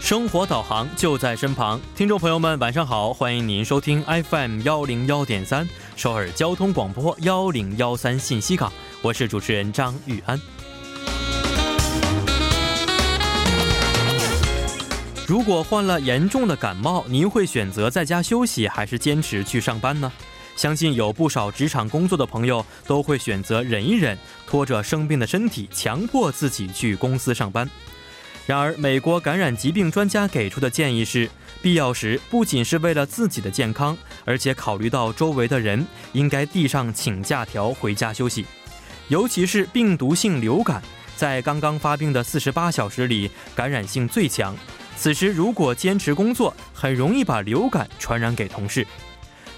生活导航就在身旁，听众朋友们，晚上好，欢迎您收听 FM 幺零幺点三首尔交通广播幺零幺三信息港，我是主持人张玉安。如果患了严重的感冒，您会选择在家休息，还是坚持去上班呢？相信有不少职场工作的朋友都会选择忍一忍，拖着生病的身体，强迫自己去公司上班。然而，美国感染疾病专家给出的建议是，必要时不仅是为了自己的健康，而且考虑到周围的人，应该递上请假条回家休息。尤其是病毒性流感，在刚刚发病的四十八小时里，感染性最强。此时如果坚持工作，很容易把流感传染给同事。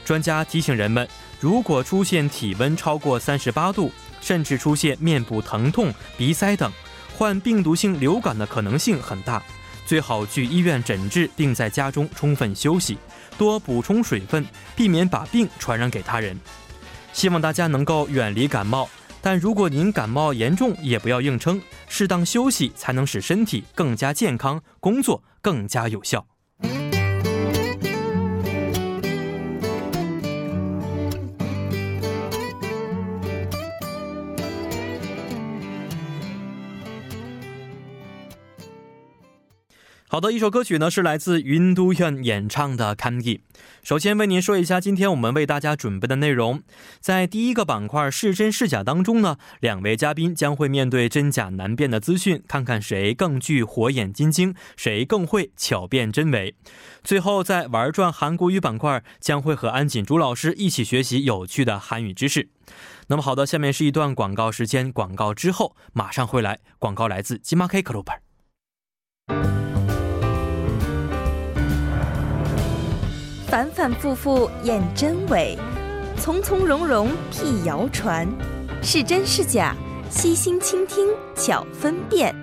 专家提醒人们，如果出现体温超过三十八度，甚至出现面部疼痛、鼻塞等，患病毒性流感的可能性很大，最好去医院诊治，并在家中充分休息，多补充水分，避免把病传染给他人。希望大家能够远离感冒，但如果您感冒严重，也不要硬撑，适当休息才能使身体更加健康，工作更加有效。好的，一首歌曲呢是来自云都院演唱的《c a n d y 首先为您说一下今天我们为大家准备的内容。在第一个板块“是真是假”当中呢，两位嘉宾将会面对真假难辨的资讯，看看谁更具火眼金睛，谁更会巧辨真伪。最后，在玩转韩国语板块将会和安锦珠老师一起学习有趣的韩语知识。那么好的，下面是一段广告时间，广告之后马上回来。广告来自金马 K Club。反反复复验真伪，从从容容辟谣传，是真是假，悉心倾听巧分辨。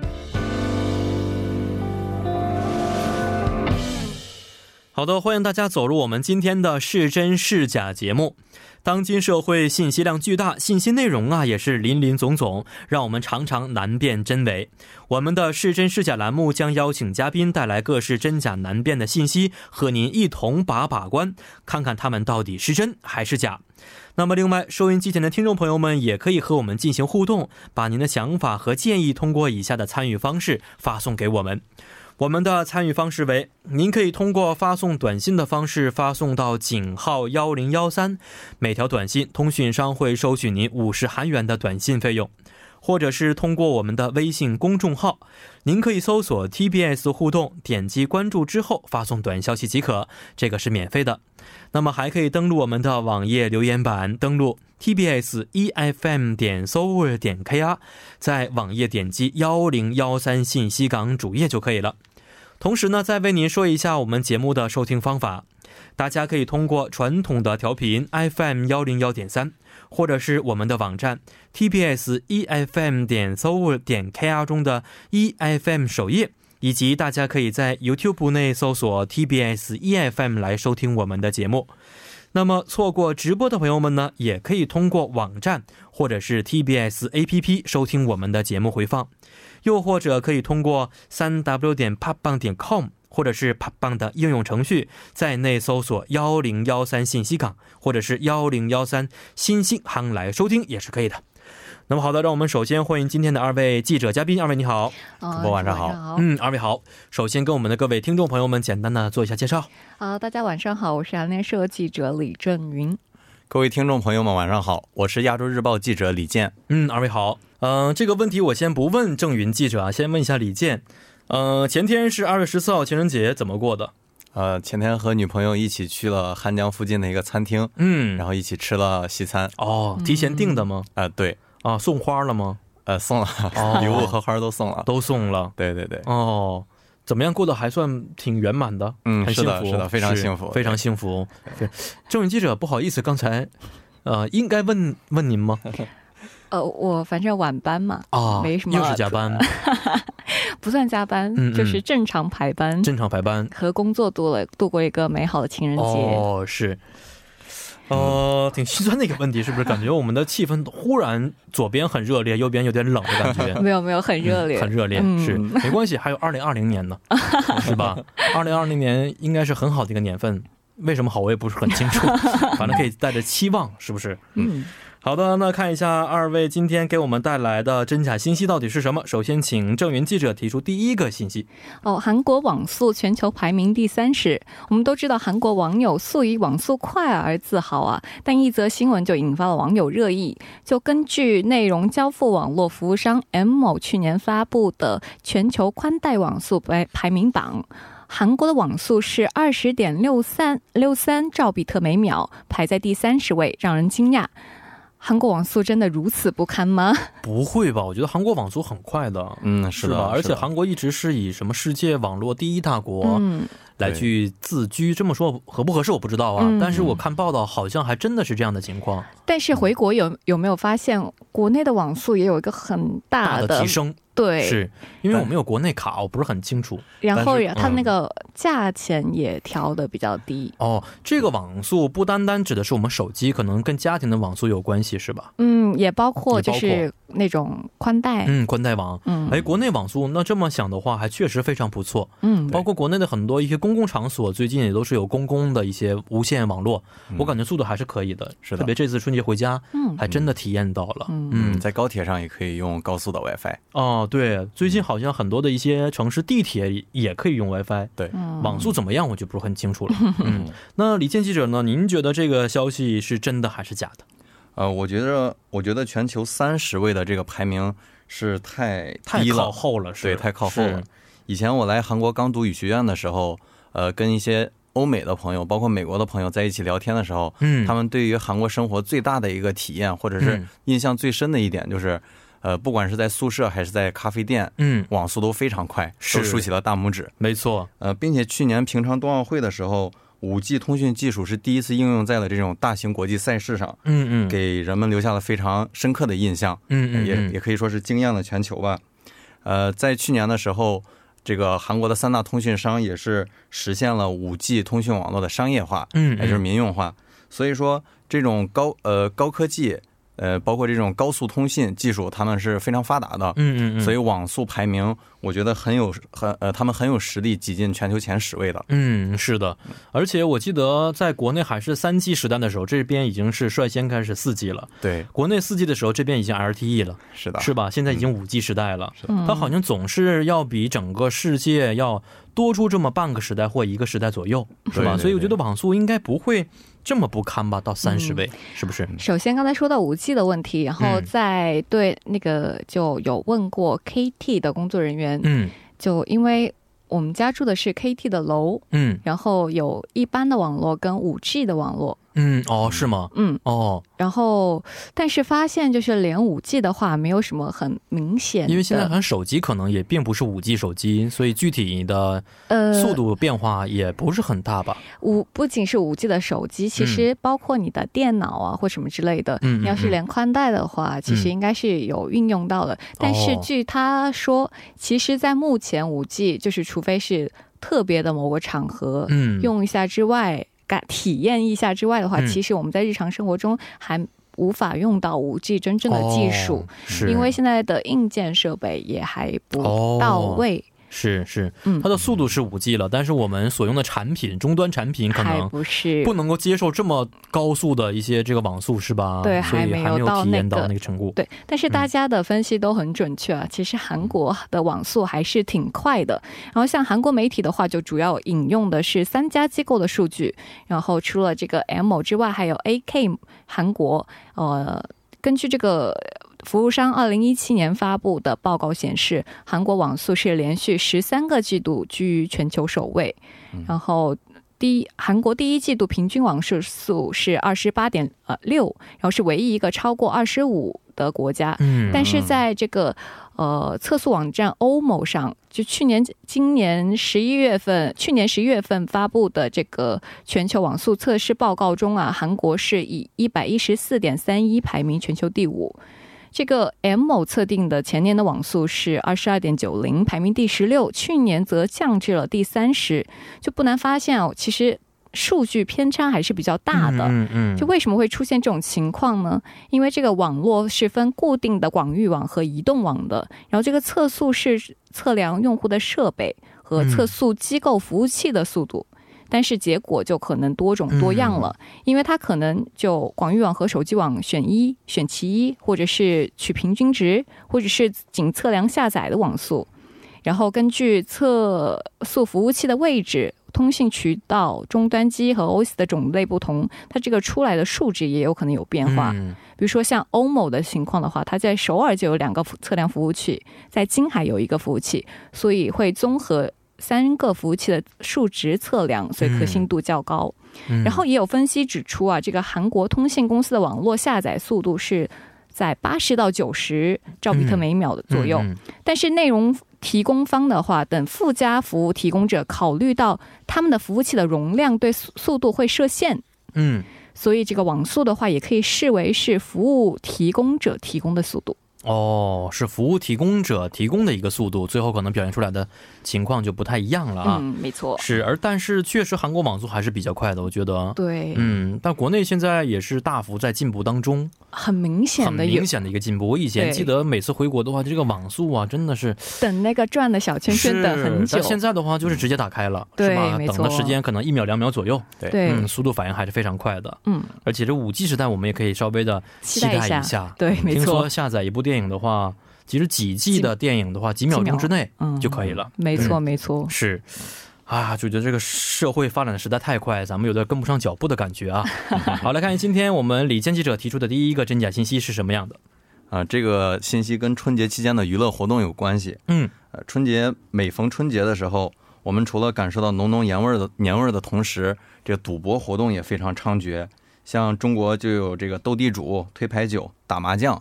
好的，欢迎大家走入我们今天的“是真是假”节目。当今社会信息量巨大，信息内容啊也是林林总总，让我们常常难辨真伪。我们的“是真是假”栏目将邀请嘉宾带来各式真假难辨的信息，和您一同把把关，看看他们到底是真还是假。那么，另外，收音机前的听众朋友们也可以和我们进行互动，把您的想法和建议通过以下的参与方式发送给我们。我们的参与方式为：您可以通过发送短信的方式发送到井号幺零幺三，每条短信通讯商会收取您五十韩元的短信费用；或者是通过我们的微信公众号，您可以搜索 TBS 互动，点击关注之后发送短消息即可，这个是免费的。那么还可以登录我们的网页留言板，登录 TBS EFM E 点 s o u r 点 KR，在网页点击幺零幺三信息港主页就可以了。同时呢，再为您说一下我们节目的收听方法，大家可以通过传统的调频 FM 幺零幺点三，或者是我们的网站 TBS EFM E 点 s o u 点 KR 中的 EFM 首页，以及大家可以在 YouTube 内搜索 TBS EFM E 来收听我们的节目。那么错过直播的朋友们呢，也可以通过网站或者是 TBS APP 收听我们的节目回放。又或者可以通过三 w 点 p o p b a n g 点 com 或者是 p o p b a n g 的应用程序，在内搜索幺零幺三信息港或者是幺零幺三新星行来收听也是可以的。那么好的，让我们首先欢迎今天的二位记者嘉宾，二位你好，呃主播晚上好，晚上好嗯，二位好。首先跟我们的各位听众朋友们简单的做一下介绍。啊、大家晚上好，我是韩联社记者李振云。各位听众朋友们，晚上好，我是亚洲日报记者李健。嗯，二位好。嗯、这个问题我先不问郑云记者啊，先问一下李健。嗯、前天是二月十四号情人节，怎么过的？呃，前天和女朋友一起去了汉江附近的一个餐厅，嗯，然后一起吃了西餐。哦，提前订的吗？啊、对，啊，送花了吗？呃，送了、 礼物和花都送了。都送了对对对，哦。怎么样，过得还算挺圆满的，嗯很是幸的福，是的非常幸福非常幸福。郑云记者，不好意思，刚才，呃，应该问问您吗？呃，我反正晚班嘛，啊，没什么又是加班， 不算加班，嗯嗯就是正常排班，正常排班。和工作度了度过一个美好的情人节。哦，是，呃，挺心酸的一个问题，是不是？感觉我们的气氛忽然左边很热烈，右边有点冷的感觉。没有没有，很热烈，嗯很热烈，嗯 是没关系，还有二零二零年呢，是吧？二零二零年应该是很好的一个年份，为什么好我也不是很清 楚，反正可以带着期望，是不是？嗯，好的，那看一下二位今天给我们带来的真假信息到底是什么。首先，请郑云记者提出第一个信息。哦，韩国网速全球排名第三十。我们都知道韩国网友素以网速快而自豪啊，但一则新闻就引发了网友热议。就根据内容交付网络服务商 M 某去年发布的全球宽带网速排排名榜。韩国的网速是二十点六三六三兆比特每秒，排在第三十位，让人惊讶。韩国网速真的如此不堪吗？不会吧？我觉得韩国网速很快的，嗯，是的，吧？而且是的韩国一直是以什么世界网络第一大国、嗯，来去自居，这么说合不合适我不知道啊、嗯但是我看报道好像还真的是这样的情况，但是回国有有没有发现，国内的网速也有一个很大大的的提升，哎对，是因为但我们有国内卡，我不是很清楚。然后但是也它嗯那个价钱也调的比较低。哦，这个网速不单单指的是我们手机，可能跟家庭的网速有关系，是吧？嗯，也包括也包就括是那种宽带，嗯，宽带网。哎嗯哎，国内网速那这么想的话，还确实非常不错。嗯，包括国内的很多一些公共场所，最近也都是有公共的一些无线网络，嗯我感觉速度还是可以的。是的特别这次春节回家，嗯还真的体验到了。嗯嗯嗯，在高铁上也可以用高速 的 WiFi，哦，对，最近好像很多的一些城市地铁也可以用 WiFi，对，嗯网速怎么样我就不是很清楚了。嗯嗯，那李健记者呢？您觉得这个消息是真的还是假的？呃，我觉得我觉得全球三十位的这个排名是太太低靠了，后了，是对，太靠后了是。以前我来韩国刚读语学院的时候，呃，跟一些欧美的朋友，包括美国的朋友在一起聊天的时候，嗯，他们对于韩国生活最大的一个体验，或者是嗯印象最深的一点，就是，呃，不管是在宿舍还是在咖啡店，嗯，网速都非常快，是都竖起了大拇指。没错，呃，并且去年平昌冬奥会的时候，五 G 通讯技术是第一次应用在了这种大型国际赛事上，嗯嗯，给人们留下了非常深刻的印象，嗯嗯也嗯也可以说是惊艳了全球吧。呃，在去年的时候，这个韩国的三大通讯商也是实现了五 G 通讯网络的商业化，嗯，也就是民用化。所以说，这种高呃高科技，呃，包括这种高速通信技术，他们是非常发达的。嗯嗯嗯，所以以网速排名，我觉得很有很呃，他们很有实力挤进全球前十位的。嗯是的，而且我记得在国内还是三 G 时代的时候，这边已经是率先开始四 G 了。对，国内四 G 的时候，这边已经 LTE 了，是嗯的，是吧？现在已经五 G 时代了。嗯它好像总是要比整个世界要多出这么半个时代或一个时代左右，是吧？对对所以我觉得网速应该不会这么不堪吧，到三十位、是不是？首先，刚才说到五 G 的问题，然后嗯再对那个就有问过 KT 的工作人员，嗯就因为我们家住的是 KT 的楼，嗯然后有一般的网络跟五 G 的网络，嗯，哦，是吗？嗯，哦，然后，但是发现就是连五 G 的话，没有什么很明显的，因为现在好像手机可能也并不是五 G 手机，所以具体的呃速度变化也不是很大吧？五不仅是五 G 的手机，其实包括你的电脑啊、或什么之类的，嗯嗯嗯嗯你要是连宽带的话，其实应该是有运用到的。但是哦据他说，其实，在目前五 G 就是除非是特别的某个场合、嗯，呃用一下之外，感体验一下之外的话，嗯其实我们在日常生活中还无法用到五 G 真正的技术。哦是哦因为现在的硬件设备也还不到位，是是，嗯它的速度是五 G 了，但是我们所用的产品终端产品可还能不是不能够接受这么高速的一些这个网速是吧？对所以还没没有有到体验那到个那个程度。对。但嗯是大家的分析都很准确啊，其实韩国的网速还是挺快的。然后像韩国媒体的话，就主要引用的是三家机构的数据，然后除了这个 M 某之外，还有 AK 韩国，呃，根据这个。服务商二零一七年发布的报告显示，韩国网速是连续十三个季度居于全球首位。然后第一，韩国第一季度平均网速速是二十八点呃六，然后是唯一一个超过二十五的国家。嗯，但是在这个呃测速网站欧某上，就去年、今年十一月份，去年十一月份发布的这个全球网速测试报告中啊，韩国是以一百一十四点三一排名全球第五。这个 M 某测定的前年的网速是二十二点九零，排名第十六，去年则降至了第三十。就不难发现啊，其实数据偏差还是比较大的。嗯嗯，就为什么会出现这种情况呢？因为这个网络是分固定的广域网和移动网的，然后这个测速是测量用户的设备和测速机构服务器的速度。但是结果就可能多种多样了，因为它可能就广域网和手机网选一选其一，或者是取平均值，或者是仅测量下载的网速，然后根据测速服务器的位置、通信渠道、终端机和 OS 的种类不同，它这个出来的数值也有可能有变化。嗯比如说像欧某的情况的话，它在首尔就有两个测量服务器，在金海有一个服务器，所以会综合三个服务器的数值测量，所以可信度较高。嗯然后也有分析指出啊，这个韩国通信公司的网络下载速度是在八十到九十兆比特每秒的左右，嗯但是内容。提供方的话，等附加服务提供者考虑到他们的服务器的容量对速速度会设限，嗯所以这个网速的话，也可以视为是服务提供者提供的速度。哦，是服务提供者提供的一个速度，最后可能表现出来的情况就不太一样了啊。嗯，没错，是，而但是确实韩国网速还是比较快的，我觉得。对，嗯，但国内现在也是大幅在进步当中，很明显很的有明显的一个进步。我以前对记得每次回国的话，这个网速啊，真的是等那个转的小圈圈等很是久但。现在的话就是直接打开了，对是吧？没等错的时间可能一秒两秒左右，对，嗯，速度反应还是非常快的。嗯，而且这五 G 时代，我们也可以稍微的期期待待一下一下。对，没听错说，下载一部电影的话，其实几 G 的电影的话，几秒钟之内嗯，就可以了。没错，没错，是。啊，就觉得这个社会发展的实在太快，咱们有点跟不上脚步的感 觉啊。好，来看今天我们李健记者提出的第一个真假信息是什么样的？啊，这个信息跟春节期间的娱乐活动有关系。嗯，呃，春节每逢春节的时候，我们除了感受到浓浓年味儿的年味儿的同时，这个赌博活动也非常猖獗。像中国就有这个斗地主、推牌九、打麻将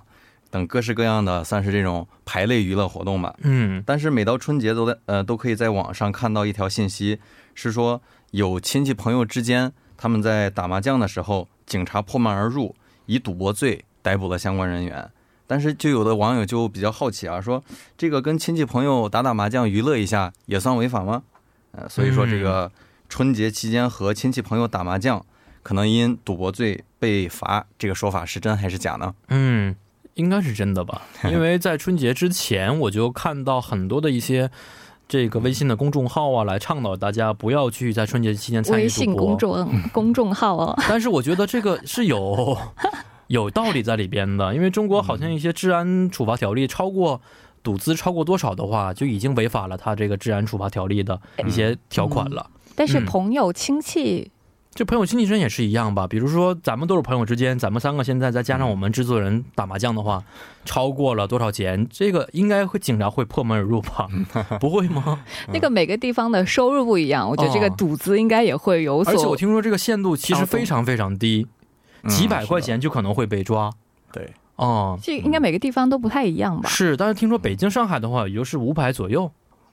等各式各样的，算是这种牌类娱乐活动吧。嗯但是每到春节都在呃都可以在网上看到一条信息，是说有亲戚朋友之间他们在打麻将的时候，警察破门而入，以赌博罪逮捕了相关人员。但是就有的网友就比较好奇啊，说这个跟亲戚朋友打打麻将娱乐一下也算违法吗？呃，所以说这个嗯春节期间和亲戚朋友打麻将，可能因赌博罪被罚，这个说法是真还是假呢？嗯，应该是真的 吧？因为在春节之前，我就看到很多的一些这个微信的公众号啊，来倡导大家不要去在春节期间参与微赌信博。嗯公众公众号哦，但是我觉得这个是 有有道理在里边的，因为中国好像一些治安处罚条例超过。赌资超过多少的话，就已经违反了他这个治安处罚条例的一些条款了。但是嗯朋友亲戚，这朋友亲戚之间也是一样吧？比如说，咱们都是朋友之间，咱们三个现在再加上我们制作人打麻将的话，超过了多少钱？这个应该会警察会破门而入吧？ 不会吗？那个每个地方的收入不一样，我觉得这个嗯哦赌资应该也会有而且我所。听说这个限度其实非常非常低，几百块钱就可能会被抓。嗯对，哦、这应该每个地方都不太一样吧？是，但是听说北京、上海的话，也就是五百左右。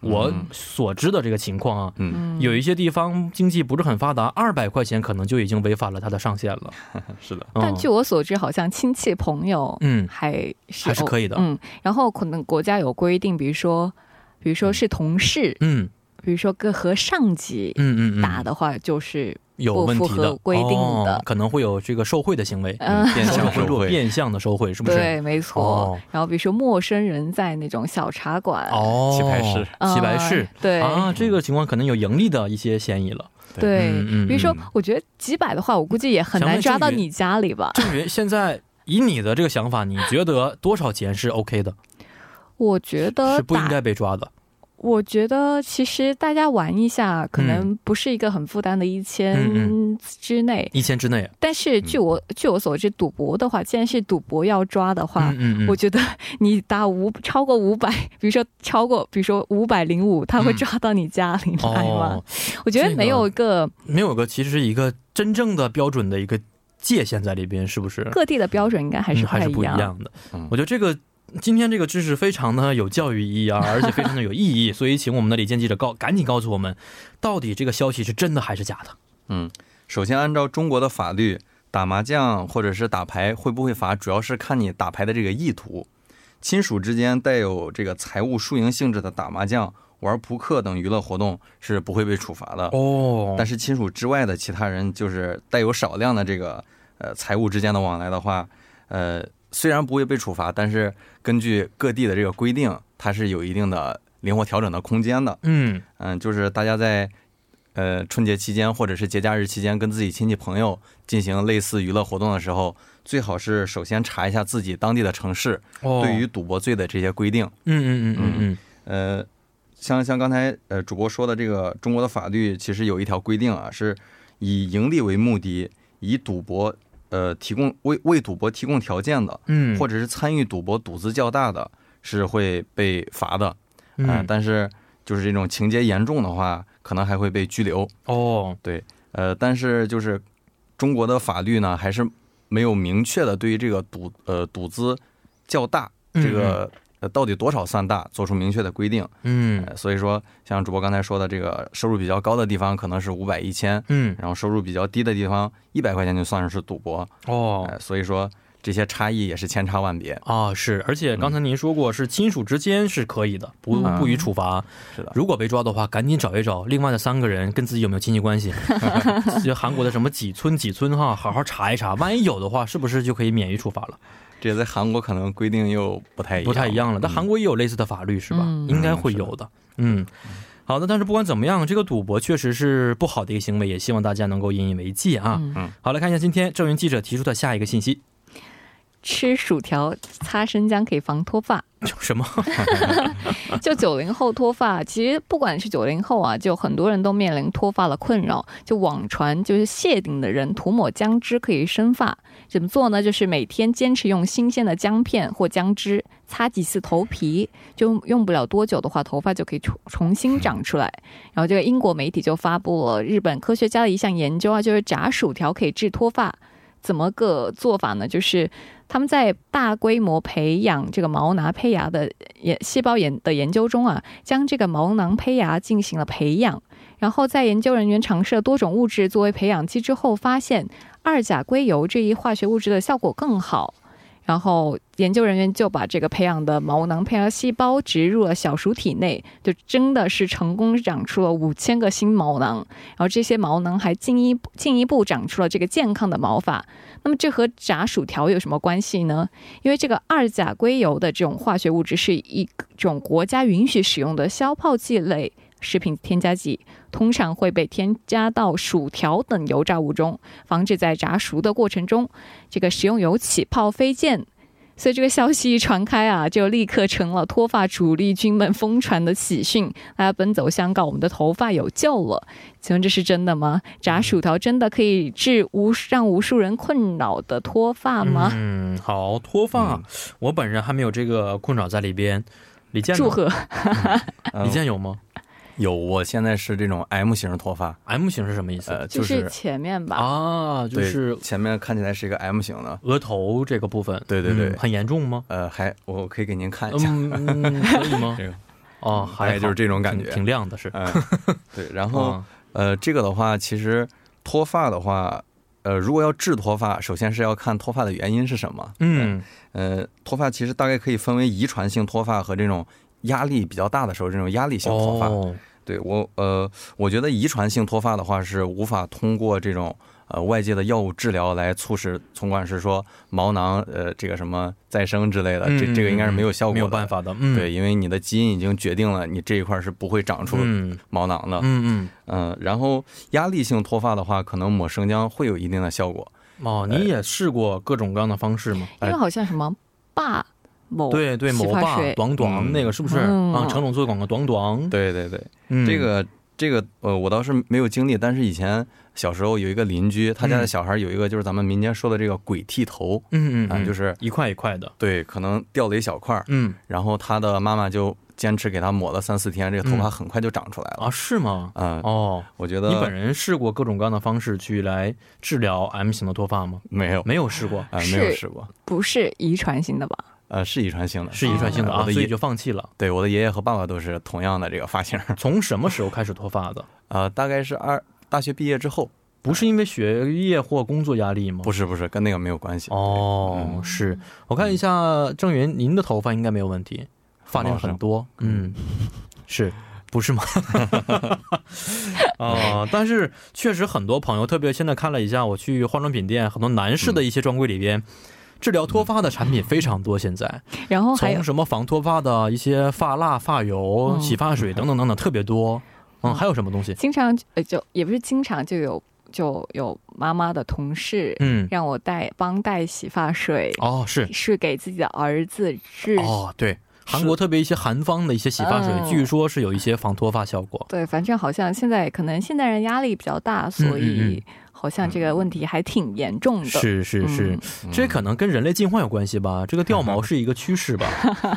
嗯我所知的这个情况啊，嗯。嗯，有一些地方经济不是很发达，二百块钱可能就已经违反了它的上限了。是的，嗯但据我所知，好像亲戚朋友嗯还是还是偶可以的。嗯，然后可能国家有规定，比如说，比如说是同事，嗯比如说各和上级嗯嗯嗯，打的话，就是有问不题符的合规定的哦，可能会有这个受贿的行为，嗯 变相贿收赂、贿，变相的收贿，是不是？对，没错、哦然后比如说陌生人在那种小茶馆，哦，棋牌室呃棋牌室。对、啊，这个情况可能有盈利的一些嫌疑了。对、嗯嗯比如说嗯，我觉得几百的话，我估计也很想难问抓郑到宇你家里吧。郑云，现在以你的这个想法，你觉得多少钱是 OK 的，我觉得是不应打该被抓的？我觉得其实大家玩一下，可能不是一个很负担的一嗯千之内。一千之内？但是据我、据我所知，赌博的话，既然是赌博要抓的话，嗯嗯我觉得 你打五超过五百，比如说超过，比如说五百零五，他会嗯抓到你家里来吗？哦，我觉这得个没有一个没有个其实是一个真正的标准的一个界限在里边，是不是？各地的标准，应该还嗯是不还太是一不一样。样的。嗯我觉得这个今天这个知识非常的有教育意义啊，而且非常的有意义，所以请我们的李健记者告赶紧告诉我们，到底这个消息是真的还是假的？首先，按照中国的法律，打麻将或者是打牌会不会罚，主要是看你打牌的这个意图。亲属之间带有这个财务输赢性质的打麻将，玩扑克等娱乐活动是不会被处罚的。哦，但是亲属之外的其他人，就是带有少量的这个呃财务之间的往来的话，呃，虽然不会被处罚，但是根据各地的这个规定，它是有一定的灵活调整的空间的。嗯，嗯，就是大家在呃春节期间或者是节假日期间跟自己亲戚朋友进行类似娱乐活动的时候，最好是首先查一下自己当地的城市哦，对于赌博罪的这些规定。嗯，嗯嗯嗯嗯，呃，像像刚才呃主播说的，这个中国的法律其实有一条规定啊，是以盈利为目的，以赌博呃提供为为赌博提供条件的，嗯，或者是参与赌博赌资较大的，是会被罚的。嗯、嗯，但是就是这种情节严重的话，可能还会被拘留。哦，呃，但是就是中国的法律呢，还是没有明确的对于这个赌呃赌资较大这个呃到底多少算大做出明确的规定。嗯呃所以说，像主播刚才说的，这个收入比较高的地方可能是五百一千，嗯，然后收入比较低的地方一百块钱就算是赌博。哦。呃，所以说这些差异也是千差万别。啊，是，而且刚才您说过，是亲属之间是可以的，不嗯不予处罚。是的，如果被抓的话，赶紧找一找另外的三个人跟自己有没有亲戚关系，就韩国的什么几村几村哈，好好查一查，万一有的话，是不是就可以免于处罚了？这在韩国可能规定又不太一样，不太一样了。但嗯韩国也有类似的法律是吧？嗯应该会有的。嗯，好的。但是不管怎么样，这个赌博确实是不好的一个行为，也希望大家能够引以为戒啊。嗯好，来看一下今天郑云记者提出的下一个信息，吃薯条擦生姜可以防脱发。什么？ 就九零后脱发，其实不管是九零后啊，就很多人都面临脱发的困扰。就网传就是谢顶的人涂抹姜汁可以生发，怎么做呢？就是每天坚持用新鲜的姜片或姜汁擦几次头皮，就用不了多久的话，头发就可以重重新长出来。然后这个英国媒体就发布了日本科学家的一项研究啊，就是炸薯条可以治脱发。怎么个做法呢？就是他们在大规模培养这个毛囊胚芽的研细胞研的研究中啊，将这个毛囊胚芽进行了培养，然后在研究人员尝试了多种物质作为培养基之后，发现二甲硅油这一化学物质的效果更好。然后研究人员就把这个培养的毛囊胚芽细胞植入了小鼠体内，就真的是成功长出了五千个新毛囊，然后这些毛囊还进一步进一步长出了这个健康的毛发。那么这和炸薯条有什么关系呢？因为这个二甲硅油的这种化学物质是一种国家允许使用的消泡剂类食品添加剂，通常会被添加到薯条等油炸物中，防止在炸熟的过程中这个食用油起泡飞溅。所以这个消息一传开啊，就立刻成了脱发主力军们疯传的喜讯，大家奔走相告，我们的头发有救了。请问这是真的吗？炸薯条真的可以治无让无数人困扰的脱发吗？ 嗯，好，脱发、嗯我本人还没有这个困扰在里边。李健呢， 祝贺！嗯李健有吗有，我现在是这种 M 型脱发， ？M 型是什么意思？呃，就是是前面吧，啊，就对是前面看起来是一个 M 型的，额头这个部分。对对对嗯很严重吗？呃，还我可以给您看一下，？嗯，嗯可以吗 这个哦，大概还就是这这种感觉。挺亮的是。嗯，对，然后、哦，呃，这个的话，其实脱发的话，呃，如果要治脱发，首先是要看脱发的原因是什么。嗯呃，脱发其实大概可以分为遗传性脱发和这种压力比较大的时候这种压力性脱发。哦，对我，呃，我觉得遗传性脱发的话是无法通过这种呃外界的药物治疗来促使，从管是说毛囊呃这个什么再生之类的，嗯呃这这个应该是没有效果的，没有办。法的。嗯，对，，因为你的基因已经决定了你这一块是不会长出嗯毛囊的。嗯嗯，然后压力性脱发的话，可能抹生姜会有一定的效果。嗯，哦，哎你也试过各种各样的方式吗？因为好像什么霸某哎对对，洗某发霸水短短嗯那个是不是嗯啊？成龙做广告短短，对对对，嗯这个这个呃，我倒是没有经历，但是以前小时候有一个邻居，他嗯家的小孩有一个就是咱们民间说的这个鬼剃头，嗯嗯啊嗯，就是一块一块的。对，可能掉了一小块儿，嗯然后他的妈妈就坚持给他抹了三四天，这个头发很快就长出来了。啊，是吗？嗯，嗯哦，我觉你本得人试过各种各样的方式去来治疗 M 型的脱发吗？没有，没有试过，啊，没有是试过，不是遗传型的吧？呃，是遗传性的，是遗传性的我啊，所的以爷就放弃了。对，我的爷爷和爸爸都是同样的这个发型，从什么时候开始脱 发的？呃，大概是二大学毕业之后，不是因为学业或工作压力吗？不是不是，跟那个没有关系。哦，是我看一 下郑云，您的头发应该没有问题，发量很多，嗯，是不是吗？ 哦，但是确实很多朋友，特别现在看了一下，我去化妆品店，很多男士的一些专柜里边。治疗脱发的产品非常多，现在然后哦还有从什么防脱发的一些发蜡、发油、嗯洗发水等等等等，特别多。嗯，嗯还有什么东西？经常呃就也不是经常就有就有妈妈的同事 嗯，让我带帮带洗发水，哦，是是给自己的儿子治。哦，对，韩国特别一些韩方的一些洗发水，嗯据说是有一些防脱发效果。对，反正好像现在可能现代人压力比较大，所嗯嗯嗯以好像这个问题还挺严重的。是是是嗯，这可能跟人类进化有关系吧？这个掉毛是一个趋势 吧？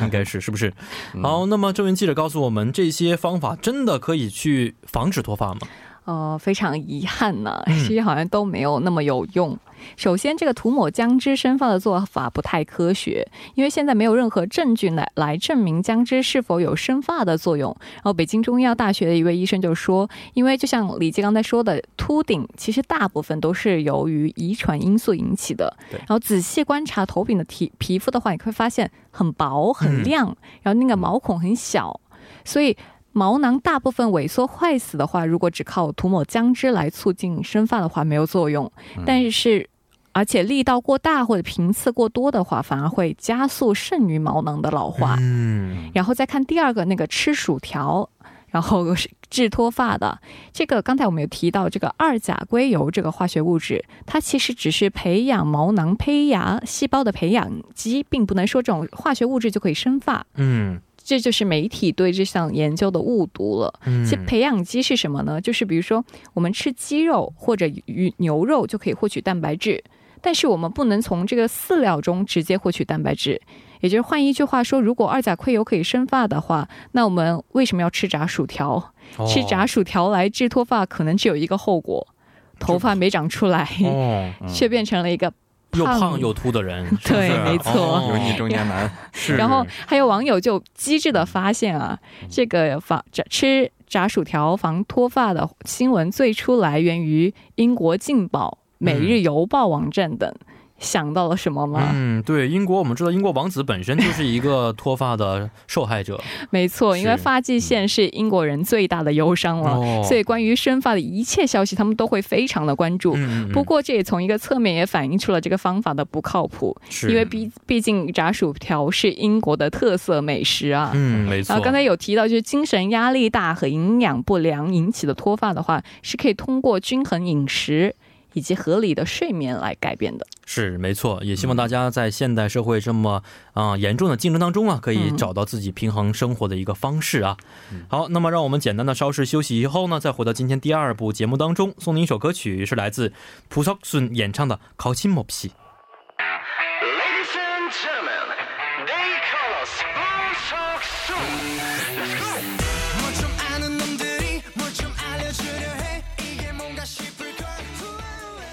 应该是，是不是？嗯好，那么郑云记者告诉我们，这些方法真的可以去防止脱发吗？呃，非常遗憾呢、嗯其实好像都没有那么有用。首先，这个涂抹姜汁生发的做法不太科学，因为现在没有任何证据来来证明姜汁是否有生发的作用。然后，北京中医药大学的一位医生就说，因为就像李杰刚才说的，秃顶其实大部分都是由于遗传因素引起的。对然后仔细观察头顶的体皮肤的话，你会发现很薄嗯很亮，然后那个毛孔很小，所以毛囊大部分萎缩坏死的话，如果只靠涂抹姜汁来促进生发的话，没有作用。嗯嗯但是，而且力道过大或者频次过多的话，反而会加速剩余毛囊的老化。嗯，然后再看第二个那个吃薯条，然后是治脱发的。这个刚才我们有提到这个二甲硅油这个化学物质，它其实只是培养毛囊胚芽细胞的培养基，并不能说这种化学物质就可以生发。嗯这就是媒体对这项研究的误读了。嗯，其实培养基是什么呢？就是比如说我们吃鸡肉或者鱼牛肉就可以获取蛋白质，但是我们不能从这个饲料中直接获取蛋白质。也就是换一句话说，如果二甲硅油可以生发的话，那我们为什么要吃炸薯条？哦吃炸薯条来治脱发，可能只有一个后果：头发没长出来，哦，嗯却变成了一个又胖又秃的 人，是不是对没错哦油腻中年男，是嗯然后还有网友就机智的发现啊，这个防炸吃炸薯条防脱发的新闻最初来源于英国《镜报》《每日邮报》网站等。想到了什么吗？嗯，对，英国我们知道，英国王子本身就是一个脱发的受害者。没错，是因为发际线是英国人最大的忧伤了，哦所以关于生发的一切消息，他们都会非常的关注。嗯，嗯不过，这也从一个侧面也反映出了这个方法的不靠谱，是因为毕毕竟炸薯条是英国的特色美食啊。嗯，没然错，后刚才有提到，就是精神压力大和营养不良引起的脱发的话，是可以通过均衡饮食以及合理的睡眠来改变的。是没错，也希嗯望大家在现代社会这么啊、呃严重的竞争当中啊，可以嗯找到自己平衡生活的一个方式啊。好，那么让我们简单的稍事休息以后呢，再回到今天第二部节目当中，送您一首歌曲，是来自朴석순演唱的《考亲莫西》。 Ladies and gentlemen, they call us 보석 수. Let's go. 뭘 좀 아는 놈들이 뭘 좀 알려주려 해 이게 뭔가 싶을 걸 후회해요.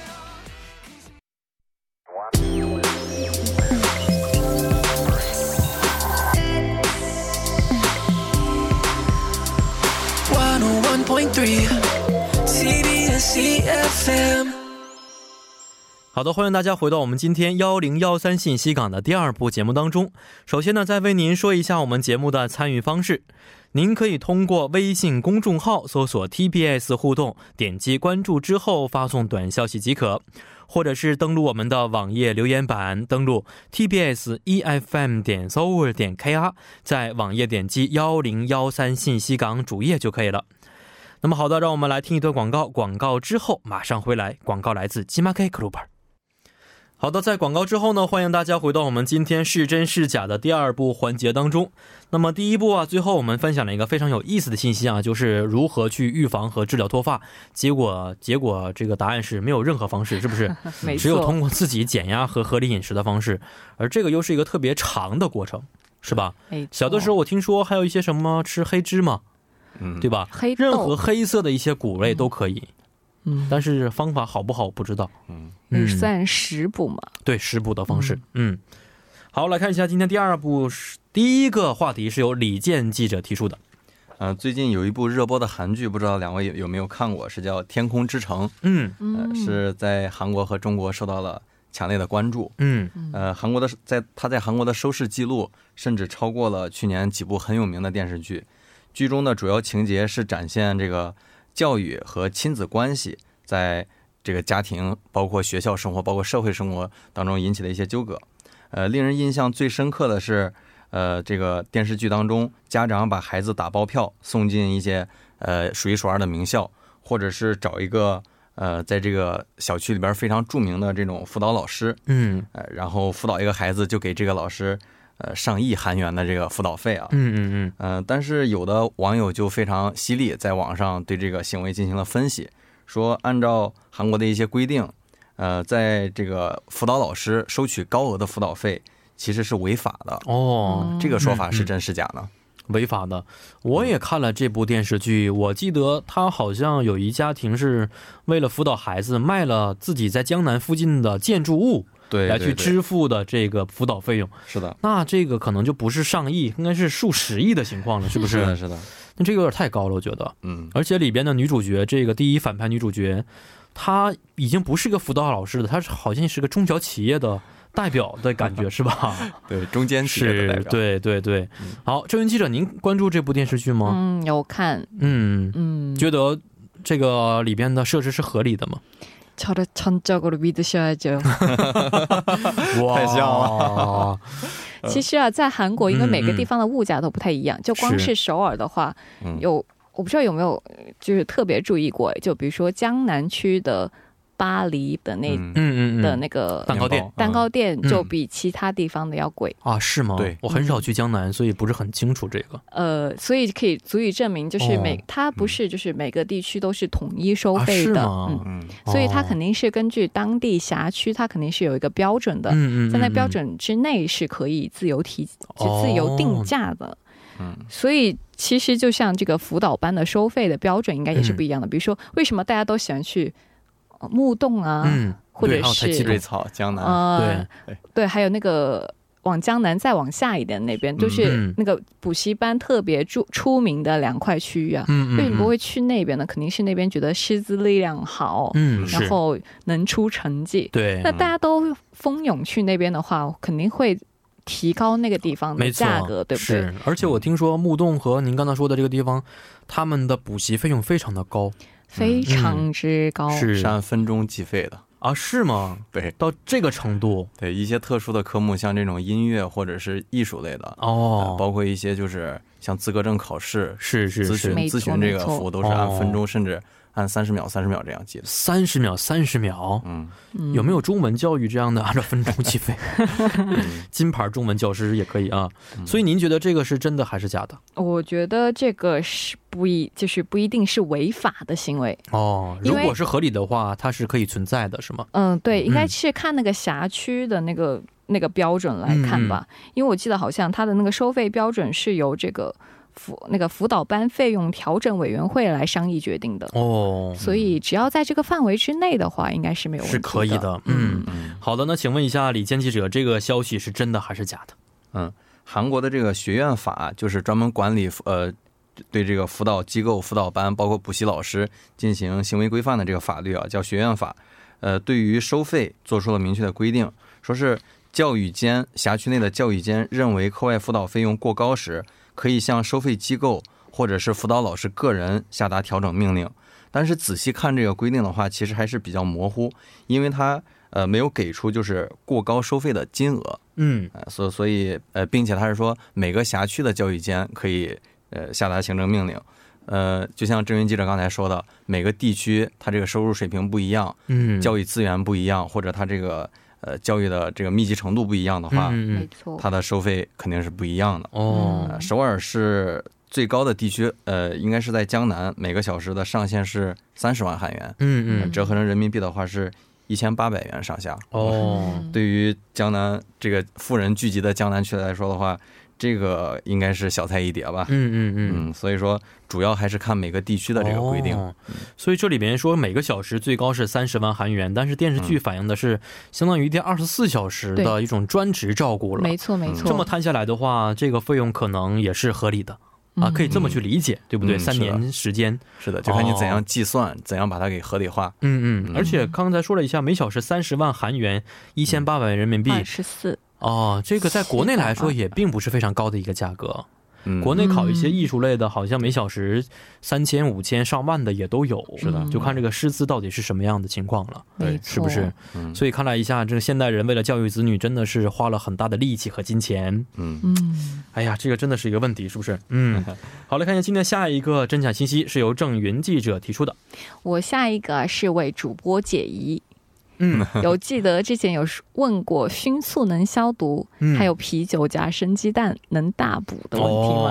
One point three, CBS EFM. 好的，欢迎大家回到我们今天幺零幺三信息港的第二部节目当中。首先呢，再为您说一下我们节目的参与方式。您可以通过微信公众号搜索 TBS 互动，点击关注之后发送短消息即可，或者是登录我们的网页留言板，登录 TBS EFM E 点 s o v e r 点 KR，在网页点击幺零幺三信息港主页就可以了。那么好的，让我们来听一段广告，广告之后马上回来。广告来自金马 K Club。好的，在广告之后呢，欢迎大家回到我们今天是真是假的第二部环节当中。那么第一步啊，最后我们分享了一个非常有意思的信息啊，就是如何去预防和治疗脱发。结果结果这个答案是没有任何方式，是不 是？没只有错，通过自己减压和合理饮食的方式，而这个又是一个特别长的过程，是吧？没错小的时候我听说还有一些什么吃黑芝麻， 嗯对吧？黑豆任何黑色的一些谷类都可以，嗯，但是方法好不好不知道。也算食补嘛。对食补的方式。嗯，好，来看一下今天第二部是第一个话题是由李健记者提出的。呃，最近有一部热播的韩剧，不知道两位有有没有看过？是叫《天空之城》，嗯呃，是在韩国和中国受到了强烈的关注。嗯呃，韩国的在它在韩国的收视记录甚至超过了去年几部很有名的电视剧。剧中的主要情节是展现这个教育和亲子关系在这个家庭、包括学校生活、包括社会生活当中引起的一些纠葛。呃，令人印象最深刻的是，呃，这个电视剧当中，家长把孩子打包票送进一些呃数一数二的名校，或者是找一个呃在这个小区里边非常著名的这种辅导老师，嗯呃，然后辅导一个孩子就给这个老师呃上亿韩元的这个辅导费啊。嗯嗯嗯，嗯、但是有的网友就非常犀利，在网上对这个行为进行了分析，说按照韩国的一些规定，呃，在这个辅导老师收取高额的辅导费其实是违法的。哦，这个说法是真是假呢？违法的。我也看了这部电视剧，我记得他好像有一家庭是为了辅导孩子卖了自己在江南附近的建筑物对来去对对支付的这个辅导费用。是的，那这个可能就不是上亿，应该是数十亿的情况了，是不是的，是？是的，那这个有点太高了，我觉得。嗯，而且里边的女主角，这个第一反派女主角，她已经不是个辅导老师了，她是好像是个中小企业的代表的感 觉，是吧？对，中间企业的代是，嗯表，对对对。好，郑云记者，您关注这部电视剧吗？嗯，有看，嗯，嗯，觉得这个里边的设置是合理的吗？ 저를 전적으로 믿으셔야죠. 哇，太像了。其实啊，在韩国，因为每个地方的物价都不太一样，就光是是首尔的话，嗯有我不知道有没有呃就是特别注意过，就比如说江南区的巴黎的那、嗯，嗯嗯嗯的那个蛋糕店面包蛋糕店，嗯就比其他地方的要贵。啊，是吗？对我很少去江南，所以不是很清楚这个。呃，所以可以足以证明，就是每、哦它不是就是每个地区都是统一收费啊是的，吗嗯，嗯，所以它哦肯定是根据当地辖区，它肯定是有一个标准的。嗯嗯，在那嗯标。嗯准之内是可以自由提、哦就自由定价的。嗯，所以其实就像这个辅导班的收费的标准，应该也嗯是不一样的。比如说，为什么大家都喜欢去呃木洞啊，嗯，或者对还有是太极瑞洞草江南，呃，对对，还有那个。往江南再往下一点，那边就是嗯那个补习班特别著出名的两块区域啊。嗯嗯，为什么嗯会去那边呢？肯定是那边觉得师资力量好，嗯，然是后能出成绩。对啊那，大家都蜂拥去那边的话，肯定会提高那个地方的没错，价格，对不对？嗯是，而且我听说木洞和您刚才说的这个地方，他们的补习费用非常的高，非常之高。嗯是是按分钟计费的。啊，是吗？对到这个程度对，一些特殊的科目，像这种音乐或者是艺术类的，呃哦，包括一些就是像资格证考试、是是咨询是，哦没错咨询这个没错服务都是按分钟，甚至按三十秒、三十秒这样计的。三十秒，三十秒，嗯，嗯有没有中文教育这样的按照分钟计 费？ 金牌中文教师也可以啊。所以您觉得这个是真的还是假的？我觉得这个是不一，就是不一定是违法的行为。哦，因如为果是合理的话，它是可以存在的，是吗？嗯，对，应该嗯是看那个辖区的那个那个标准来嗯看吧，因为我记得好像它的那个收费标准是由这个辅那个辅导班费用调整委员会来商议决定的。哦， 所以只要在这个范围之内的话，应该是没有问题是可以的。嗯，好的，那请问一下李健记者，这个消息是真的还是假的？韩国的这个学院法就是专门管理呃对这个辅导机构、辅导班，包括补习老师进行行为规范的这个法律啊，叫学院法。呃，对于收费做出了明确的规定，说是教育监辖区内的教育监认为课外辅导费用过高时，可以向收费机构或者是辅导老师个人下达调整命令。但是仔细看这个规定的话，其实还是比较模糊，因为它呃没有给出就是过高收费的金额。嗯，呃，所所以呃，并且他是说每个辖区的教育监可以呃下达行政命令，呃，就像郑云记者刚才说的，每个地区它这个收入水平不一样，嗯，教育资源不一样，或者它这个呃教育的这个密集程度不一样的话，嗯嗯没嗯错，它的收费肯定是不一样的。哦，呃首尔是最高的地区，呃，应该是在江南，每个小时的上限是三十万韩元，嗯呃嗯，折合成人民币的话是一千八百元上下。哦，对于江南这个富人聚集的江南区来说的话，这个应该是小菜一碟吧。嗯嗯嗯。嗯，所以说主要还是看每个地区的这个规定。哦所以这里边说每个小时最高是三十万韩元，但是电视剧反映的是相当于第二十四小时的对一种专职照顾了。嗯没错没错。这么摊下来的话，这个费用可能也是合理的啊，嗯可以这么去理解，对不对？嗯三是年时间，是的，就看你怎哦样计算，怎样把它给合理化。嗯嗯。嗯而且刚才说了一下，每小时三十万韩元，一千八百人民币哎二十四，哦，这个在国内来说700也并不是非常高的一个价格。嗯国内考一些艺术类的，好像每小时三千、五千、上万的也都有。是的就看这个师资到底是什么样的情况了，对没错，是不是？？嗯所以看来一下，这个现代人为了教育子女，真的是花了很大的力气和金钱。嗯，嗯，哎呀，这个真的是一个问题，是不是？嗯，好，来看一下今天下一个真假信息是由郑云记者提出的。我下一个啊是为主播解 疑。嗯，有记得之前有问过熏醋能消毒，嗯还有啤酒加生鸡蛋能大补的问题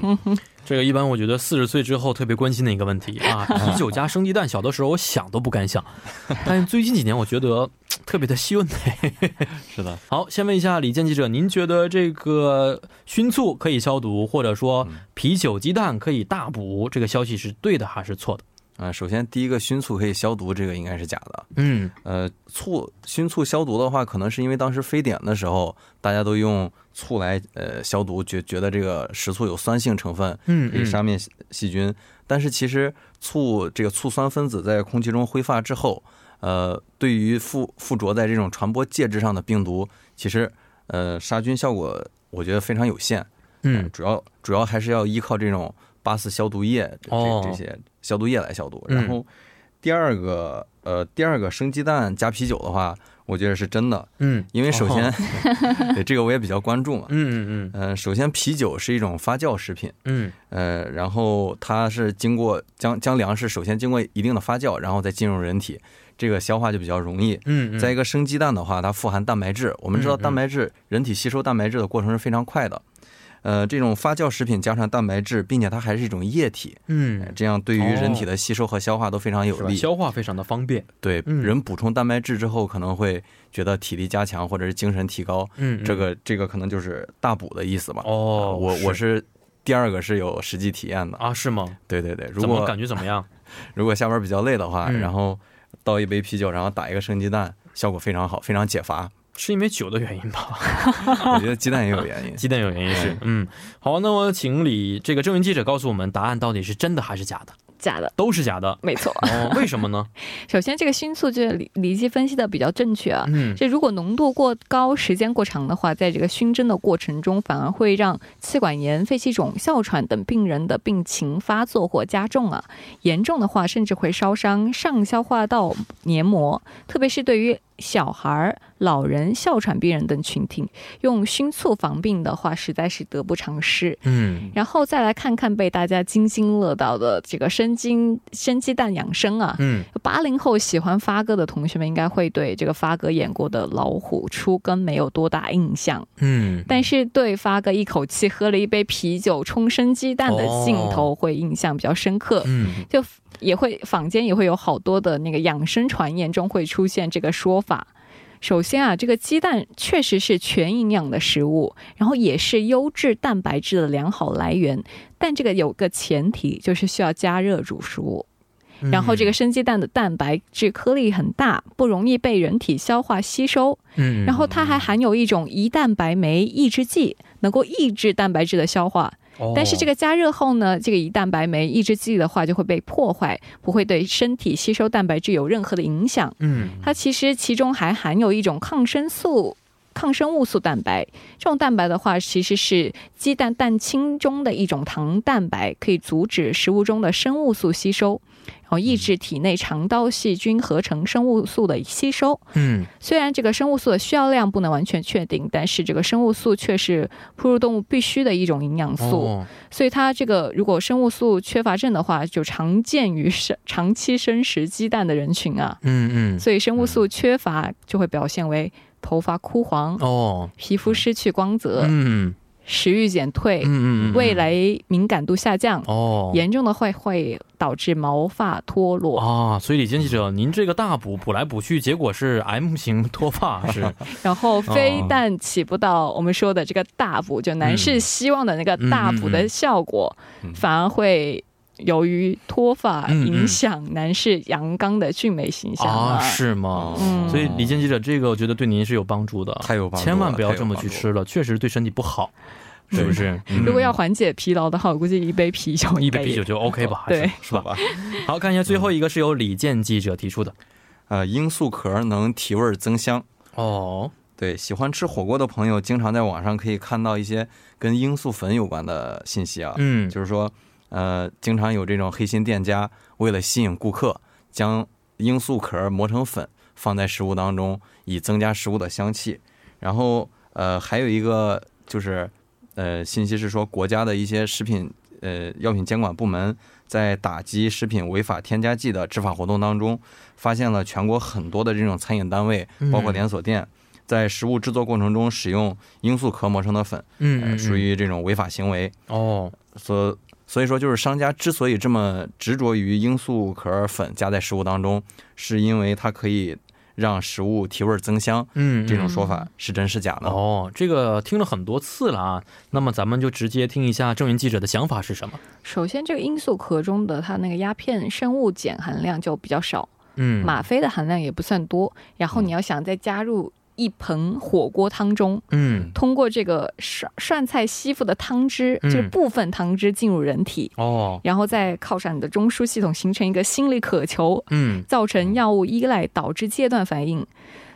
吗？哦这个一般我觉得四十岁之后特别关心的一个问题 啊，啤酒加生鸡蛋，小的时候我想都不敢 想，但是最近几年我觉得特别的熏。 是的，好，先问一下李健记者，您觉得这个熏醋可以消毒，或者说啤酒鸡蛋可以大补，这个消息是对的还是错的？啊、首先第一个熏醋可以消毒，这个应该是假的。嗯，呃，醋熏醋消毒的话，可能是因为当时非典的时候，大家都用醋来呃消毒，觉觉得这个食醋有酸性成分，嗯可以杀灭细细菌。但是其实醋这个醋酸分子在空气中挥发之后，呃，对于附附着在这种传播介质上的病毒，其实呃杀菌效果我觉得非常有限。嗯，哎主要主要还是要依靠这种八四消毒液这哦这这些消毒液来消毒。嗯然后第二个呃，第二个生鸡蛋加啤酒的话，我觉得是真的，嗯，因为首先、哦 对这个我也比较关注嘛。嗯嗯嗯嗯、首先啤酒是一种发酵食品，嗯，呃，然后它是经过将将粮食首先经过一定的发酵，然后再进入人体，这个消化就比较容易。嗯，再一个，生鸡蛋的话，它富含蛋白质。我们知道，嗯嗯蛋白质人体吸收蛋白质的过程是非常快的。呃，这种发酵食品加上蛋白质，并且它还是一种液体，呃嗯，哦这样对于人体的吸收和消化都非常有是吧利。消化非常的方便。对嗯人补充蛋白质之后，可能会觉得体力加强或者是精神提高。嗯，嗯这个这个可能就是大补的意思吧。哦呃，我我是第二个是有实际体验的。啊，是吗？对对对，如怎么果感觉怎么样？如果下班比较累的话，嗯然后倒一杯啤酒，然后打一个生鸡蛋，效果非常好，非常解乏。 是因为酒的原因吧？ 我 觉得鸡蛋也有原因。鸡蛋有原因哎是，嗯，好，那我请李这个郑云记者告诉我们答案到底是真的还是假的？假的，都是假的。没错。哦，为什么呢？ 首先，这个熏醋就是李李记分析的比较正确啊。嗯，这如果浓度过高、时间过长的话，在这个熏蒸的过程中，反而会让气管炎、肺气肿、哮喘等病人的病情发作或加重啊。严重的话，甚至会烧伤上消化道黏膜，特别是对于小孩儿、老人、哮喘病人等群体，用熏醋防病的话，实在是得不偿失。嗯然后再来看看被大家津津乐道的这个生津生鸡蛋养生啊，嗯，八零后喜欢发哥的同学们应该会对这个发哥演过的《老虎出更》没有多大印象，嗯，但是对发哥一口气喝了一杯啤酒冲生鸡蛋的镜头会印象比较深刻。 嗯，就也会坊间也会有好多的那个养生传言中会出现这个说法。首先啊，这个鸡蛋确实是全营养的食物，然后也是优质蛋白质的良好来源，但这个有个前提就是需要加热煮熟。嗯然后这个，生鸡蛋的蛋白质颗粒很大，不容易被人体消化吸收。嗯，然后它还含有一种胰蛋白酶抑制剂，能够抑制蛋白质的消化。哦但是这个加热后呢，这个胰蛋白酶抑制剂的话就会被破坏，不会对身体吸收蛋白质有任何的影响。嗯，它其实其中还含有一种抗生素。抗生物素蛋白这种蛋白的话，其实是鸡蛋蛋清中的一种糖蛋白，可以阻止食物中的生物素吸收，然后抑制体内肠道细菌合成生物素的吸收。嗯，虽然这个生物素的需要量不能完全确定，但是这个生物素却是哺乳动物必须的一种营养素。哦，所以它这个如果生物素缺乏症的话，就常见于生长期生食鸡蛋的人群啊。嗯嗯，所以生物素缺乏就会表现为头发枯黄、哦，皮肤失去光泽、嗯食欲减退、嗯嗯嗯，味蕾敏感度下降，哦。严重的会会导致毛发脱落。啊，所以李健记者，您这个大补补来补去，结果是 M 型脱发， 是然后非但起不到我们说的这个大补，就男士希望的那个大补的效果，嗯嗯嗯反而会由于脱发嗯嗯影响男士阳刚的俊美形象啊，啊。是哦吗？嗯所以李健记者，这个我觉得对您是有帮助的，太有帮助了千万不要这么去吃了，确实对身体不好，对是不是？嗯如果要缓解疲劳的话，我估计一杯啤酒，一杯啤酒就 OK 吧？还是对，是 吧？吧？好看一下最后一个是由李健记者提出的呃，罂粟壳能提味儿增香。哦，对，喜欢吃火锅的朋友，经常在网上可以看到一些跟罂粟粉有关的信息啊。嗯就是说，呃，经常有这种黑心店家为了吸引顾客，将罂粟壳磨成粉放在食物当中，以增加食物的香气。然后，呃，还有一个就是，呃，信息是说国家的一些食品呃药品监管部门在打击食品违法添加剂的执法活动当中，发现了全国很多的这种餐饮单位，包括嗯连锁店，在食物制作过程中使用罂粟壳磨成的粉，嗯呃嗯属于这种违法行为。哦，所所以说，就是商家之所以这么执着于罂粟壳粉加在食物当中，是因为它可以让食物提味儿增香。嗯，这种说法是真是假呢？哦，这个听了很多次了啊，那么咱们就直接听一下郑云记者的想法是什么。首先，这个罂粟壳中的它那个鸦片生物碱含量就比较少，嗯，吗啡的含量也不算多。然后你要想再加入一盆火锅汤中，嗯，通过这个涮涮菜吸附的汤汁，嗯就是部分汤汁进入人体，哦，然后再靠上你的中枢系统形成一个心理渴求，嗯，造成药物依赖，导致戒断反应。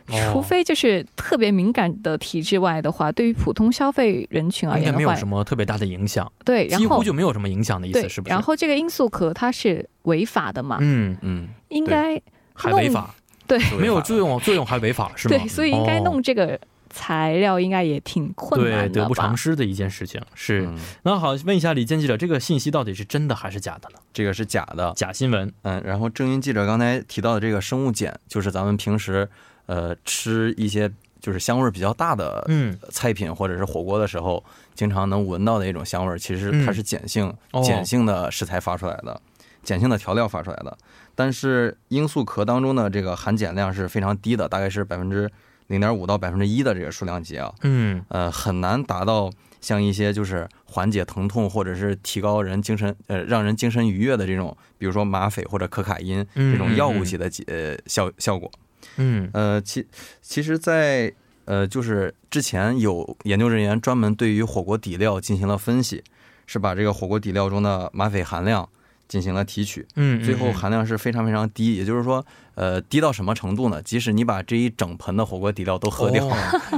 哦除非就是特别敏感的体质外的话，对于普通消费人群而应该言没的有话，什么特别大的影响，对，然几乎后就没有什么影响的意对思，是，不是？然，后这啊个罂粟壳它是违法的嘛，嗯，嗯，应该还违弄法，对是违法的没有作用，作用还违法是吗？哦对，所以应该弄这个材料应该也挺困难的对，得不吧偿失的一件事情是、嗯那好，问一下李健记者，这个信息到底是真的还是假的呢？这个是假的。假新闻，嗯，然后郑云记者刚才提到的这个生物碱，就是咱们平时呃吃一些就是香味儿比较大的嗯，菜品或者是火锅的时候，经常能闻到的一种香味儿，其实它是碱性、嗯哦碱性的食材发出来的，碱性的调料发出来的。但是罂粟壳当中的这个含碱量是非常低的，大概是百分之零点五到百分之一的这个数量级啊，嗯，呃，很难达到像一些就是缓解疼痛或者是提高人精神呃让人精神愉悦的这种，比如说吗啡或者可卡因嗯这种药物级的呃效效果。嗯，呃，其其实在，呃，就是之前有研究人员专门对于火锅底料进行了分析，是把这个火锅底料中的吗啡含量进行了提取，嗯，最后含量是非常非常低，也就是说，呃，低到什么程度呢？即使你把这一整盆的火锅底料都喝掉，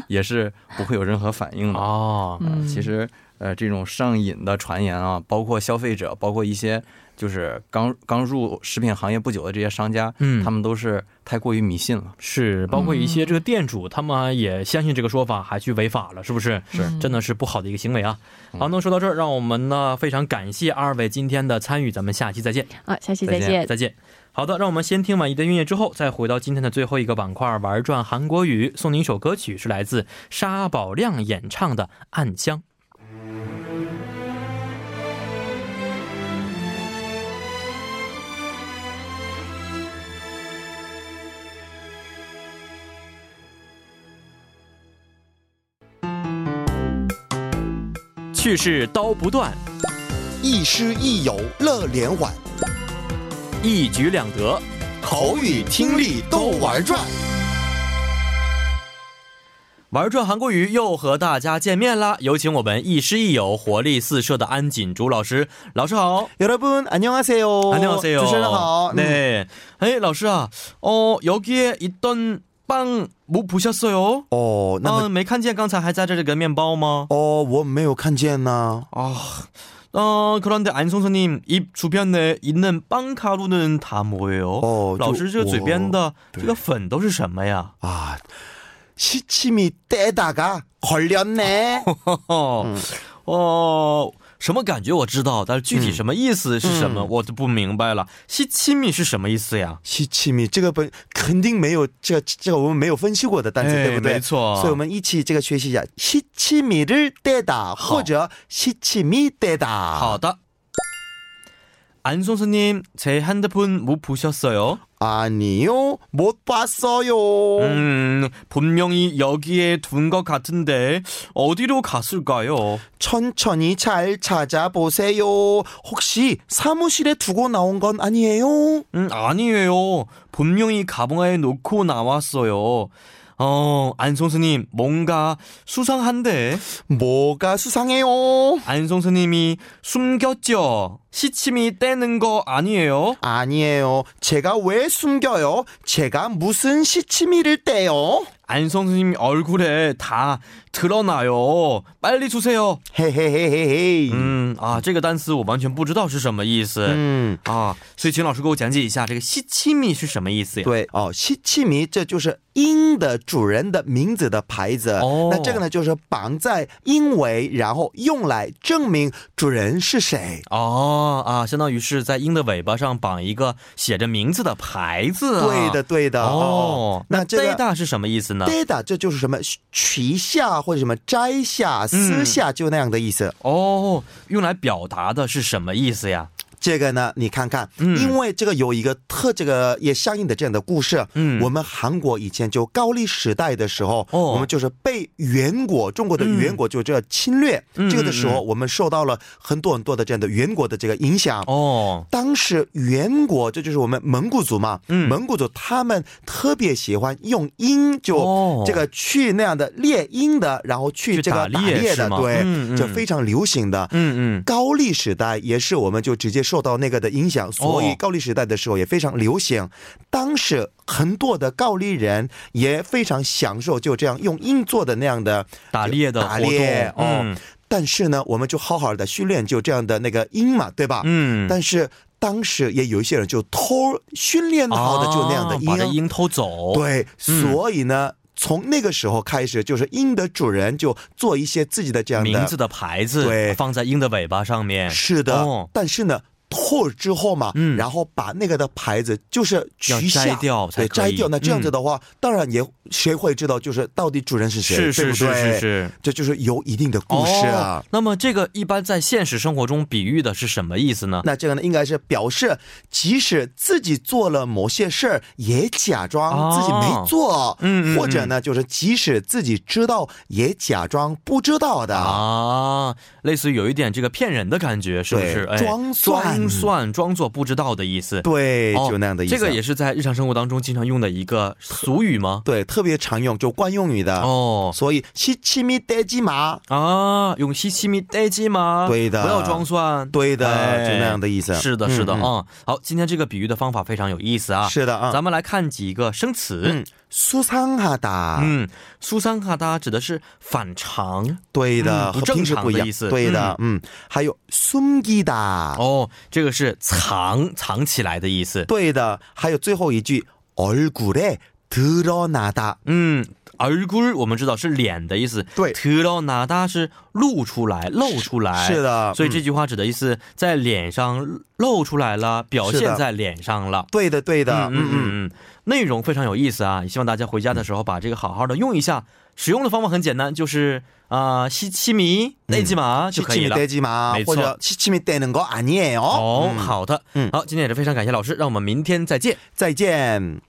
也是不会有任何反应的。啊哦，哦，嗯，其实，呃，这种上瘾的传言啊，包括消费者，包括一些就是刚刚入食品行业不久的这些商家，嗯他们都是太过于迷信了。是，包括一嗯些这个店主，他们也相信这个说法，还去违法了，是不是？是嗯真的是不好的一个行为啊。好，那说到这儿，让我们呢非常感谢二位今天的参与，咱们下期再见，啊，下期再再见见。再见。好的，让我们先听完一段音乐之后，再回到今天的最后一个板块——玩转韩国语。送您一首歌曲，是来自沙宝亮演唱的《暗香》。去世刀不断，亦师亦友乐连环，一举两得。口语听力都玩转。玩转韩国语又和大家见面啦！有请我们亦师亦友、活力四射的安锦竹老师。老师好， 여러분 안녕하세요. 음. 안녕하세요. 哦主持人好。嗯 네. 에이, 라오씨 아, 어, 여기에 있던 빵, 뭐 보셨어요? 哦，那么 아, 嗯没看见刚才还在这里个面包吗哦，我没有看见呐。 아, 어, 그런데 안 선생님, 입 주변에 있는 빵 가루는 다 뭐예요? 어, 네. 저- 老师这嘴边的这个粉都是什么呀 아, 시침이 떼다가 걸렸네. 어. 음. 哦什么感觉我知道，但是具体什么意思是什 음. 么，我就不明白了。西七米是什么意思呀？ 시침이 这个本肯定没有这这个我们没有分析过的单词，哎对不对？没错所以我们一起这个学习一下시침이를 떼다或者시침이 떼다。 好的. 안 선수님, 제 핸드폰 못 보셨어요? 아니요, 못 봤어요. 음, 분명히 여기에 둔 것 같은데 어디로 갔을까요? 천천히 잘 찾아보세요. 혹시 사무실에 두고 나온 건 아니에요? 음, 아니에요. 분명히 가방에 놓고 나왔어요. 어, 안 선수님, 뭔가 수상한데 뭐가 수상해요? 안 선수님이 숨겼죠? 시침이 떼는 거 아니에요? 아니에요. 제가 왜 숨겨요? 제가 무슨 시치미를 떼요? 안성 선생님 얼굴에 다 드러나요. 빨리 주세요. 음, 아, 嘿嘿嘿嘿嘿。嗯啊，这个单词我完全不知道是什么意思、嗯，啊，所以请老师给我讲解一下这个西七米是什么意思呀？对哦，西奇米这就是鹰的主人的名字的牌子。哦那这个呢，就是绑在鹰尾，然后用来证明主人是谁。哦啊， 아, 相当于是在鹰的尾巴上绑一个写着名字的牌子、啊。对的，。对的。哦，那那这这个。大是什么意思呢？对的，这就是什么取下或者什么摘嗯下、撕下，就那样的意思。哦，用来表达的是什么意思呀？这个呢，你看看，嗯因为这个有一个特这个也相应的这样的故事。啊嗯我们韩国以前就高丽时代的时候，哦我们就是被元国中国的元国就这样侵略，嗯这个的时候，我们受到了很多很多的这样的元国的这个影响。哦，当时元国，这就是我们蒙古族嘛，嗯蒙古族他们特别喜欢用鹰，哦就这个去那样的猎鹰的，然后去去这个打打猎猎是的，吗对，嗯嗯这非常流行的。嗯嗯，高丽时代也是我们就直接受到那个的影响，所哦以高丽时代的时候也非常流行。当时很多的高丽人也非常享受就这样用鹰做的那样的打猎的活打动猎哦。嗯但是呢，我们就好好的训练就这样的那个鹰嘛，对吧？嗯，但是当时也有一些人就偷训练好的就那样的啊鹰，把这鹰偷走。，对，嗯所以呢。从那个时候开始，就是鹰的主人就做一些自己的这样的名字的牌子对放在鹰的尾巴上面。是的，哦但是呢，拓之后嘛，嗯然后把那个的牌子就是取下要摘掉才对，可以嗯摘掉。那这样子的话，当然也谁会知道就是到底主人是谁，是对是不是对是是。这就是有一定的故事啊哦。那么这个一般在现实生活中比喻的是什么意思呢？那这个呢，应该是表示，即使自己做了某些事儿，也假装自己没做，哦嗯嗯嗯或者呢，就是即使自己知道，也假装不知道的。啊，类似于有一点这个骗人的感觉，是不是？对算、装蒜装蒜、装作不知道的意思。对，哦就那样的意思。啊这个也是在日常生活当中经常用的一个俗语吗？对，特别常用，就惯用语的。哦 어. 所以西七米呆鸡麻，啊，用西西米呆鸡吗？对的不要装蒜。对的，哎就那样的意思。是的，是的，嗯嗯嗯好，今天这个比喻的方法非常有意思啊。是的啊。咱们来看几个生词。嗯，啊苏桑哈达，嗯，苏桑卡达指的是反常对的，嗯不和平时正常不一的样意思对的，嗯，还有松吉达，哦，这个是藏藏起来的意思。对的，还有最后一句얼굴에드러나다， 嗯，얼굴我们知道是脸的意思，对 드러나다是露出来、露出来，是的所以嗯这句话指的意思在脸上露出来了，表是的现在脸上了。对的，对的，嗯嗯嗯嗯，嗯嗯，内容非常有意思啊！希望大家回家的时候把这个好好的用一下。使用的方法很简单，就是啊、西七嗯米内吉玛就可以了。 떼지 마， 没错或者시침이떼는거아니에요， 哦，嗯，好的，嗯好，今天也是非常感谢老师，让我们明天再见。再见。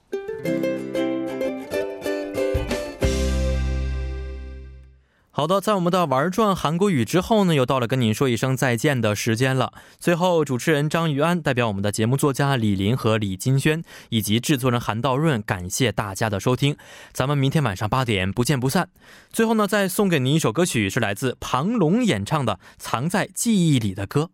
好的，在我们的玩转韩国语之后呢，又到了跟您说一声再见的时间了。最后，主持人张于安代表我们的节目作家李林和李金轩，以及制作人韩道润，感谢大家的收听。咱们明天晚上八点不见不散。最后呢，再送给您一首歌曲，是来自庞龙演唱的《藏在记忆里的歌》。